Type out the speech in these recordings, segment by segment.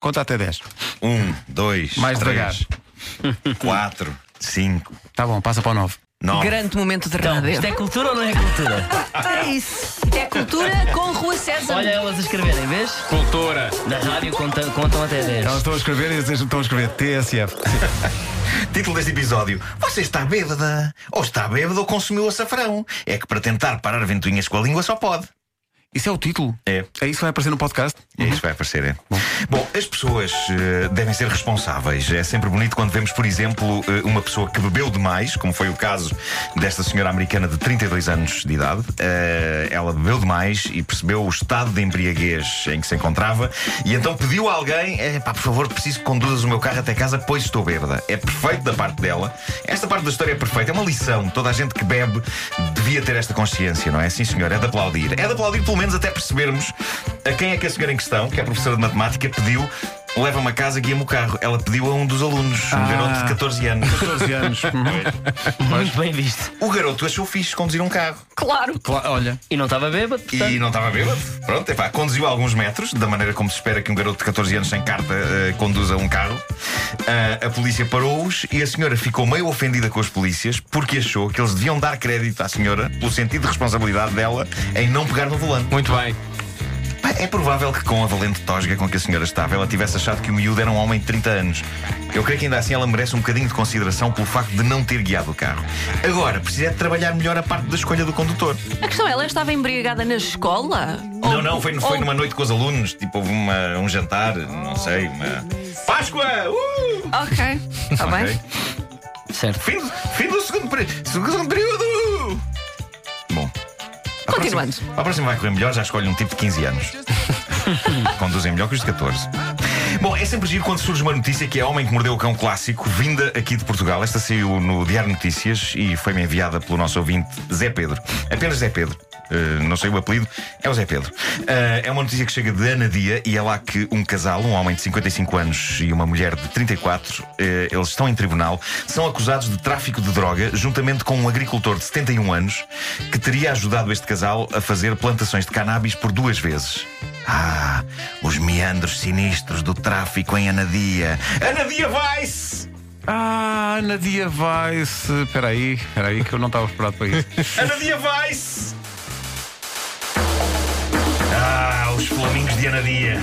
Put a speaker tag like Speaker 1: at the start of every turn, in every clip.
Speaker 1: Conta até 10.
Speaker 2: Um, dois,
Speaker 1: Mais devagar.
Speaker 2: três, quatro, cinco,
Speaker 1: Tá bom, passa para o 9.
Speaker 2: nove.
Speaker 3: Grande momento de
Speaker 4: Então,
Speaker 3: rádio.
Speaker 4: isto é cultura ou não é cultura?
Speaker 3: É isso. É cultura com Rua César.
Speaker 4: Olha elas a escreverem, vês?
Speaker 1: Cultura.
Speaker 4: Na rádio contam, contam até 10.
Speaker 1: Elas estão a escrever e vocês estão a escrever TSF.
Speaker 2: Título deste episódio: Você está bêbada? Ou está bêbada ou consumiu açafrão? É que para tentar parar ventoinhas com a língua só pode.
Speaker 1: Isso é o título?
Speaker 2: É.
Speaker 1: É isso que vai aparecer no podcast?
Speaker 2: É isso que vai aparecer, é? Bom, as pessoas eh, devem ser responsáveis. É sempre bonito quando vemos, por exemplo, eh, uma pessoa que bebeu demais, como foi o caso desta senhora americana de 32 anos de idade. Eh, ela bebeu demais e percebeu o estado de embriaguez em que se encontrava e então pediu a alguém: eh, pá, por favor, preciso que conduzas o meu carro até casa, pois estou bêbada. É perfeito da parte dela. Esta parte da história é perfeita. É uma lição. Toda a gente que bebe devia ter esta consciência, não é? Sim, senhor. É de aplaudir. É de aplaudir, pelo menos, até percebermos a quem é que a senhora em questão, que é professora de matemática, pediu. Leva-me a casa, guia-me o carro. Ela pediu a um dos alunos, um garoto de 14 anos.
Speaker 1: 14 anos.
Speaker 2: Pois.
Speaker 4: Muito bem visto.
Speaker 2: o garoto achou fixe conduzir um carro.
Speaker 3: Claro.
Speaker 1: Claro, olha,
Speaker 4: E não estava bêbado, portanto.
Speaker 2: E não estava bêbado. Pronto, epá, conduziu alguns metros, da maneira como se espera que um garoto de 14 anos sem carta eh, conduza um carro. Ah, a polícia parou-os e a senhora ficou meio ofendida com os polícias porque achou que eles deviam dar crédito à senhora pelo sentido de responsabilidade dela em não pegar no volante.
Speaker 5: Muito bem.
Speaker 2: Pá, É provável que com a valente tosga com que a senhora estava, ela tivesse achado que o miúdo era um homem de 30 anos. Eu creio que ainda assim ela merece um bocadinho de consideração pelo facto de não ter guiado o carro. Agora, precisa é de trabalhar melhor a parte da escolha do condutor.
Speaker 3: A questão é, ela estava embriagada na escola?
Speaker 2: Não,
Speaker 3: Ou-
Speaker 2: não, foi, foi
Speaker 3: ou-
Speaker 2: numa noite com os alunos, tipo, houve uma- um jantar, não sei, uma. Páscoa! Uh!
Speaker 3: Ok. Está Tá bem?
Speaker 2: Ok.
Speaker 4: Certo.
Speaker 2: Fim, do- fim do segundo, peri- segundo período! Bom. a
Speaker 3: Continuando.
Speaker 2: próxima- A próxima vai correr melhor, já escolhe um tipo de 15 anos. Conduzem melhor que os de 14. Bom, é sempre giro quando surge uma notícia que é Homem que Mordeu o Cão clássico, vinda aqui de Portugal. Esta saiu no Diário Notícias e foi-me enviada pelo nosso ouvinte Zé Pedro. Apenas Zé Pedro. Eh, não sei o apelido, é o Zé Pedro. Eh, é uma notícia que chega de Anadia e é lá que um casal, um homem de 55 anos e uma mulher de 34, eh, eles estão em tribunal, são acusados de tráfico de droga, juntamente com um agricultor de 71 anos que teria ajudado este casal a fazer plantações de cannabis por duas vezes. Ah, os meandros sinistros do tráfico em Anadia. Anadia vai-se!
Speaker 1: Ah, Ana Dia vai-se. Espera aí, espera aí, que eu não estava preparado para isso.
Speaker 2: Anadia vai-se! Ah, os flamingos de Anadia.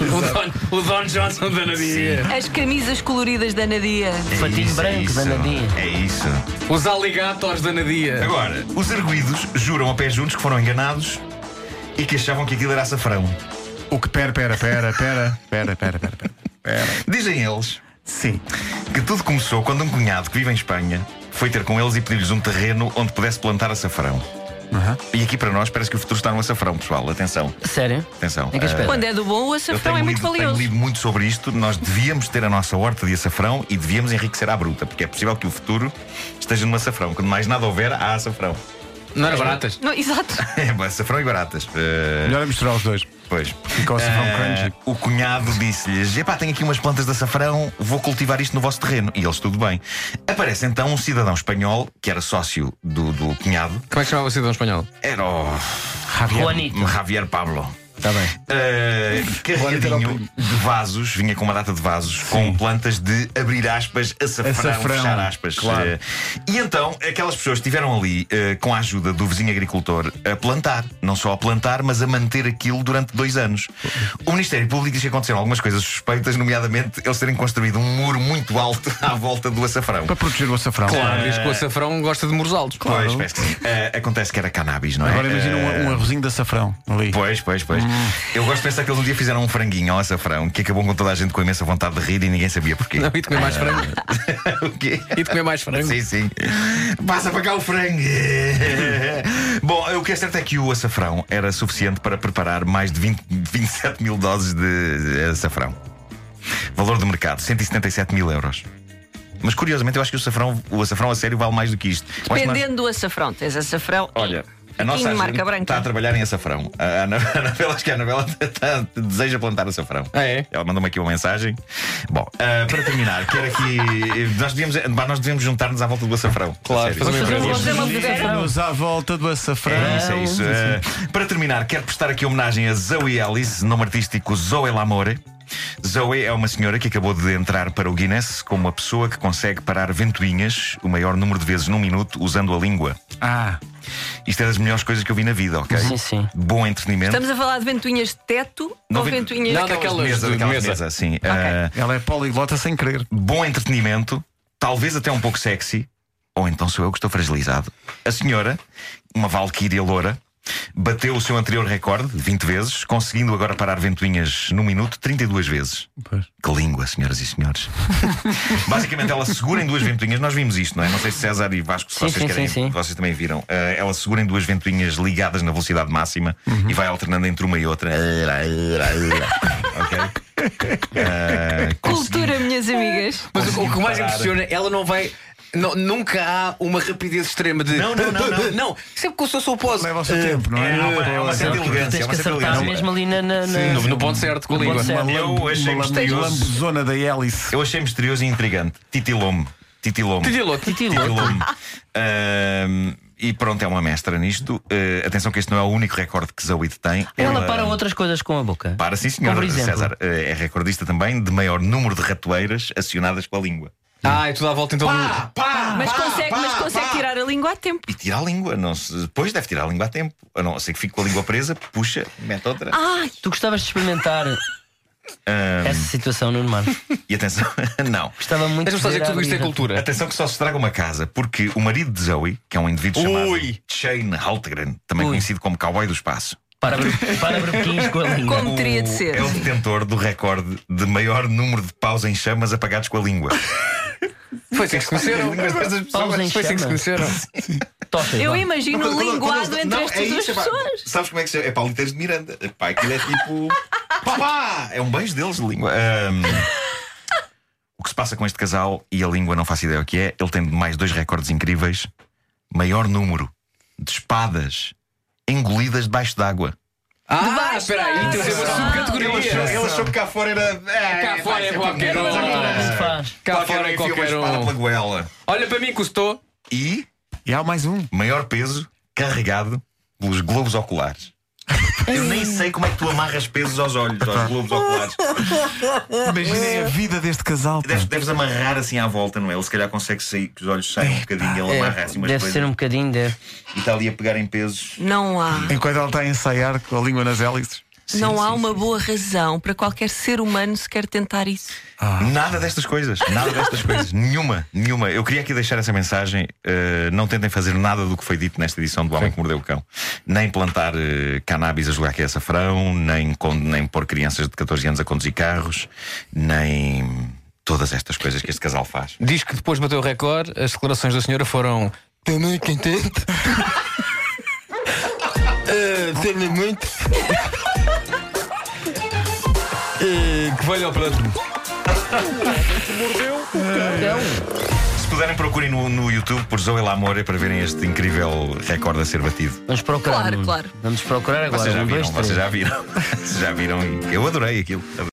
Speaker 5: O Don, o Don Johnson da Nadia.
Speaker 3: As camisas coloridas da Nadia.
Speaker 2: É
Speaker 4: Fatinho
Speaker 2: isso,
Speaker 4: branco
Speaker 2: é isso.
Speaker 4: da Anadia.
Speaker 2: É isso.
Speaker 5: Os aligatos da Nadia.
Speaker 2: Agora, os arguídos juram a pé juntos que foram enganados e que achavam que aquilo era açafrão.
Speaker 1: O que pera, pera, pera, pera, pera, pera, pera, pera.
Speaker 2: Dizem eles
Speaker 1: Sim.
Speaker 2: que tudo começou quando um cunhado que vive em Espanha foi ter com eles e pediu-lhes um terreno onde pudesse plantar açafrão.
Speaker 1: Aham.
Speaker 2: E aqui para nós parece que o futuro está no açafrão, pessoal. Atenção,
Speaker 4: Sério?
Speaker 2: atenção.
Speaker 4: Em que
Speaker 2: Ah,
Speaker 4: aspecto?
Speaker 3: Quando é do bom, o
Speaker 2: Eu
Speaker 3: açafrão
Speaker 2: tenho,
Speaker 3: é muito
Speaker 2: lido, tenho
Speaker 3: valioso.
Speaker 2: lido muito sobre isto. Nós devíamos ter a nossa horta de açafrão e devíamos enriquecer à bruta, porque é possível que o futuro esteja no açafrão. Quando mais nada houver, há açafrão.
Speaker 5: Não era baratas?
Speaker 3: Não, exato.
Speaker 2: É, bom, açafrão e baratas. Eh,
Speaker 1: Melhor é misturar os dois.
Speaker 2: pois.
Speaker 1: Fica o açafrão
Speaker 2: Eh,
Speaker 1: crunchy.
Speaker 2: o cunhado disse-lhes: Epá, tenho aqui umas plantas de açafrão, vou cultivar isto no vosso terreno. E eles, tudo bem. Aparece então um cidadão espanhol, que era sócio do, do cunhado,
Speaker 5: Como é que chamava o cidadão espanhol?
Speaker 2: era o
Speaker 4: Juanito.
Speaker 2: Javier Pablo.
Speaker 1: Tá
Speaker 5: Está bem.
Speaker 2: Uh,
Speaker 1: Olha, era o
Speaker 2: carregadinho
Speaker 1: primo.
Speaker 2: de vasos, vinha com uma data de vasos com plantas de abrir aspas, açafrão,
Speaker 1: Açafrão,
Speaker 2: fechar aspas.
Speaker 1: claro.
Speaker 2: Uh, e então aquelas pessoas estiveram ali, uh, com a ajuda do vizinho agricultor, a plantar. Não só a plantar, mas a manter aquilo durante dois anos. O Ministério Público diz que aconteceram algumas coisas suspeitas, nomeadamente eles terem construído um muro muito alto à volta do açafrão.
Speaker 1: Para proteger o açafrão.
Speaker 5: Claro, Ah, diz que o açafrão gosta de muros altos.
Speaker 2: Pois, parece que sim. Uh, acontece que era cannabis, não é?
Speaker 1: Agora imagina
Speaker 2: Uh,
Speaker 1: um, um arrozinho de açafrão ali.
Speaker 2: Pois, pois, pois.
Speaker 3: Ah.
Speaker 2: Eu gosto de pensar que eles um dia fizeram um franguinho ao açafrão que acabou com toda a gente com imensa vontade de rir e ninguém sabia porquê.
Speaker 5: Não, e de comer mais frango.
Speaker 2: o quê?
Speaker 5: E de comer mais frango.
Speaker 2: Sim, sim. Passa para cá o frango. Bom, o que é certo é que o açafrão era suficiente para preparar mais de 20, 27 mil doses de açafrão. Valor do mercado: 177 mil euros. Mas curiosamente, eu acho que o açafrão, o açafrão a sério vale mais do que isto. Eu acho que nós-
Speaker 3: Dependendo do açafrão. Tens açafrão.
Speaker 2: Olha, A nossa
Speaker 3: de marca
Speaker 2: agente
Speaker 3: branca.
Speaker 2: está a trabalhar em açafrão. A Ana- a Anabela, acho que a Anabela tá- deseja plantar açafrão.
Speaker 5: Ah, é?
Speaker 2: Ela mandou-me aqui uma mensagem. Bom, ah, para terminar, quero aqui. Nós devíamos, pá, nós devíamos juntar-nos à volta do açafrão.
Speaker 5: Claro,
Speaker 2: A sério.
Speaker 5: fazer uma
Speaker 3: Fazer
Speaker 5: empresa.
Speaker 3: um bom tema de verão.
Speaker 1: Nos à volta do açafrão.
Speaker 2: É isso, é isso. Eh, para terminar, quero prestar aqui homenagem a Zoe Ellis, nome artístico Zoe Lamore. Zoe é uma senhora que acabou de entrar para o Guinness como a pessoa que consegue parar ventoinhas o maior número de vezes num minuto usando a língua.
Speaker 1: Ah,
Speaker 2: Isto é das melhores coisas que eu vi na vida, ok?
Speaker 4: Sim, sim.
Speaker 2: Bom entretenimento.
Speaker 3: Estamos a falar de ventoinhas de teto
Speaker 2: Não
Speaker 3: ou
Speaker 2: vi-
Speaker 3: ventoinhas
Speaker 5: Não,
Speaker 3: de
Speaker 5: daquelas
Speaker 2: Mesa,
Speaker 5: de
Speaker 2: daquela
Speaker 5: mesa.
Speaker 2: mesa, sim. Eh,
Speaker 1: ela é poliglota sem querer.
Speaker 2: bom entretenimento, talvez até um pouco sexy, ou então sou eu que estou fragilizado. A senhora, uma valquíria loura, bateu o seu anterior recorde de 20 vezes, conseguindo agora parar ventoinhas num minuto 32 vezes.
Speaker 1: Pois.
Speaker 2: Que língua, senhoras e senhores. Basicamente, ela segura em duas ventoinhas. Nós vimos isto, não é? Não sei se César e Vasco, se
Speaker 4: Sim,
Speaker 2: vocês
Speaker 4: sim,
Speaker 2: querem,
Speaker 4: sim, sim.
Speaker 2: vocês também viram. Eh, ela segura em duas ventoinhas ligadas na velocidade máxima e vai alternando entre uma e outra. Ok? Eh, conseguindo-
Speaker 3: Cultura, minhas amigas.
Speaker 5: Mas o, o que mais
Speaker 2: parar.
Speaker 5: impressiona, ela não vai. não- nunca há uma rapidez extrema de.
Speaker 2: Não, não, não, não.
Speaker 5: sempre com o Eh, seu supose.
Speaker 1: Leva o seu tempo, não
Speaker 2: É,
Speaker 1: é?
Speaker 2: há uma, há uma certa elegância.
Speaker 5: é
Speaker 4: Tens
Speaker 2: há
Speaker 4: que
Speaker 2: uma certa
Speaker 4: acertar
Speaker 2: elegância.
Speaker 4: mesmo ali na. na, na...
Speaker 5: No, no ponto certo, com a
Speaker 4: É. No
Speaker 5: língua.
Speaker 4: ponto certo.
Speaker 2: Eu
Speaker 1: Uma
Speaker 2: é achei
Speaker 1: lambe-
Speaker 2: misterioso.
Speaker 1: lambuzona da hélice.
Speaker 2: Eu achei misterioso e intrigante. Titilome. Titilome.
Speaker 5: Titilou,
Speaker 2: Titilome. Ahm, e pronto, é uma mestra nisto. Eh, atenção que este não é o único recorde que Zawid tem.
Speaker 4: Ela para outras coisas com a boca.
Speaker 2: Para sim, senhor.
Speaker 4: Como por exemplo?
Speaker 2: César eh, é recordista também de maior número de ratoeiras acionadas com a língua.
Speaker 5: Ah, e tu dá a volta então. no-
Speaker 3: Mas consegue, mas consegue tirar a língua a tempo.
Speaker 2: E tira a língua. Não se... Depois deve tirar a língua a tempo. A não ser que fique com a língua presa, puxa, mete outra.
Speaker 4: Ah.
Speaker 3: Ai,
Speaker 4: Tu gostavas de experimentar
Speaker 2: Ahm,
Speaker 4: essa situação, Nuno Mano?
Speaker 2: e atenção, não.
Speaker 4: Gostava muito
Speaker 5: Deixa-me só dizer
Speaker 4: ver
Speaker 5: que tudo
Speaker 4: a
Speaker 5: isto é
Speaker 4: Lira.
Speaker 5: cultura.
Speaker 2: Atenção que só se estraga uma casa, porque o marido de Zoe, que é um indivíduo chamado
Speaker 5: Ui.
Speaker 2: Shane Haltgren, também
Speaker 4: Ui.
Speaker 2: conhecido como cowboy do espaço,
Speaker 4: Para, bru- para bruquinhos com a língua.
Speaker 3: Como teria de ser?
Speaker 2: é o detentor do recorde de maior número de paus em chamas apagados com a língua.
Speaker 5: Foi assim que se conheceram.
Speaker 4: Paus em
Speaker 5: Foi assim que se
Speaker 4: chama.
Speaker 5: conheceram.
Speaker 4: Tochas,
Speaker 3: eu
Speaker 4: vá.
Speaker 3: imagino o linguado entre
Speaker 2: Não,
Speaker 3: estas
Speaker 2: é
Speaker 3: duas
Speaker 2: isso, é pá.
Speaker 3: pessoas.
Speaker 2: Sabes como é que se chama? É Paulitas de Miranda. Pá, aquilo é tipo. pá, pá, é um beijo deles de língua. Ahm, o que se passa com este casal e a língua, não faço ideia o que é. Ele tem mais dois recordes incríveis: maior número de espadas engolidas debaixo d'água.
Speaker 5: Ah,
Speaker 3: Debaixo
Speaker 5: espera aí, temos uma
Speaker 3: da-
Speaker 5: subcategoria.
Speaker 2: Ele achou que cá fora era.
Speaker 5: Cá fora é qualquer um.
Speaker 4: Tanto faz.
Speaker 5: Cá fora é
Speaker 2: enfia uma
Speaker 5: qualquer
Speaker 2: espada pela
Speaker 5: um.
Speaker 2: goela.
Speaker 5: Olha para mim, custou.
Speaker 2: E
Speaker 1: E há mais um.
Speaker 2: maior peso carregado pelos globos oculares. Eu nem sei como é que tu amarras pesos aos olhos, aos globos oculares.
Speaker 1: Imaginem a vida deste casal. pá.
Speaker 2: Deves, deves amarrar assim à volta, não é? Ele se calhar consegue sair, que os olhos saem um bocadinho, ele amarra assim umas
Speaker 4: é, Deve
Speaker 2: coisas
Speaker 4: ser um bocadinho, deve.
Speaker 2: e está ali a pegar em pesos.
Speaker 3: Não há.
Speaker 1: Enquanto ela está a ensaiar com a língua nas hélices.
Speaker 3: não há uma boa razão para qualquer ser humano sequer tentar isso.
Speaker 2: Nada destas coisas, nada destas coisas, nenhuma, nenhuma. Eu queria aqui deixar essa mensagem: eh, não tentem fazer nada do que foi dito nesta edição do Homem que Mordeu o Cão. Nem plantar eh, cannabis a jogar que é açafrão, nem, con- nem pôr crianças de 14 anos a conduzir carros, nem todas estas coisas que este casal faz.
Speaker 5: Diz que depois bateu o recorde, as declarações da senhora foram. Também quem tenta. Ah, Tenho muito. Ah, Que valha o prato.
Speaker 3: Então,
Speaker 2: Se puderem, procurem no, no YouTube por Zoe Lamore para verem este incrível recorde a ser batido.
Speaker 4: Vamos procurar.
Speaker 3: Claro,
Speaker 4: Nuno.
Speaker 3: claro.
Speaker 4: Vamos procurar agora.
Speaker 2: Vocês já
Speaker 4: um,
Speaker 2: viram,
Speaker 4: dois,
Speaker 2: vocês
Speaker 4: três.
Speaker 2: já viram. Vocês já viram. e Eu adorei aquilo.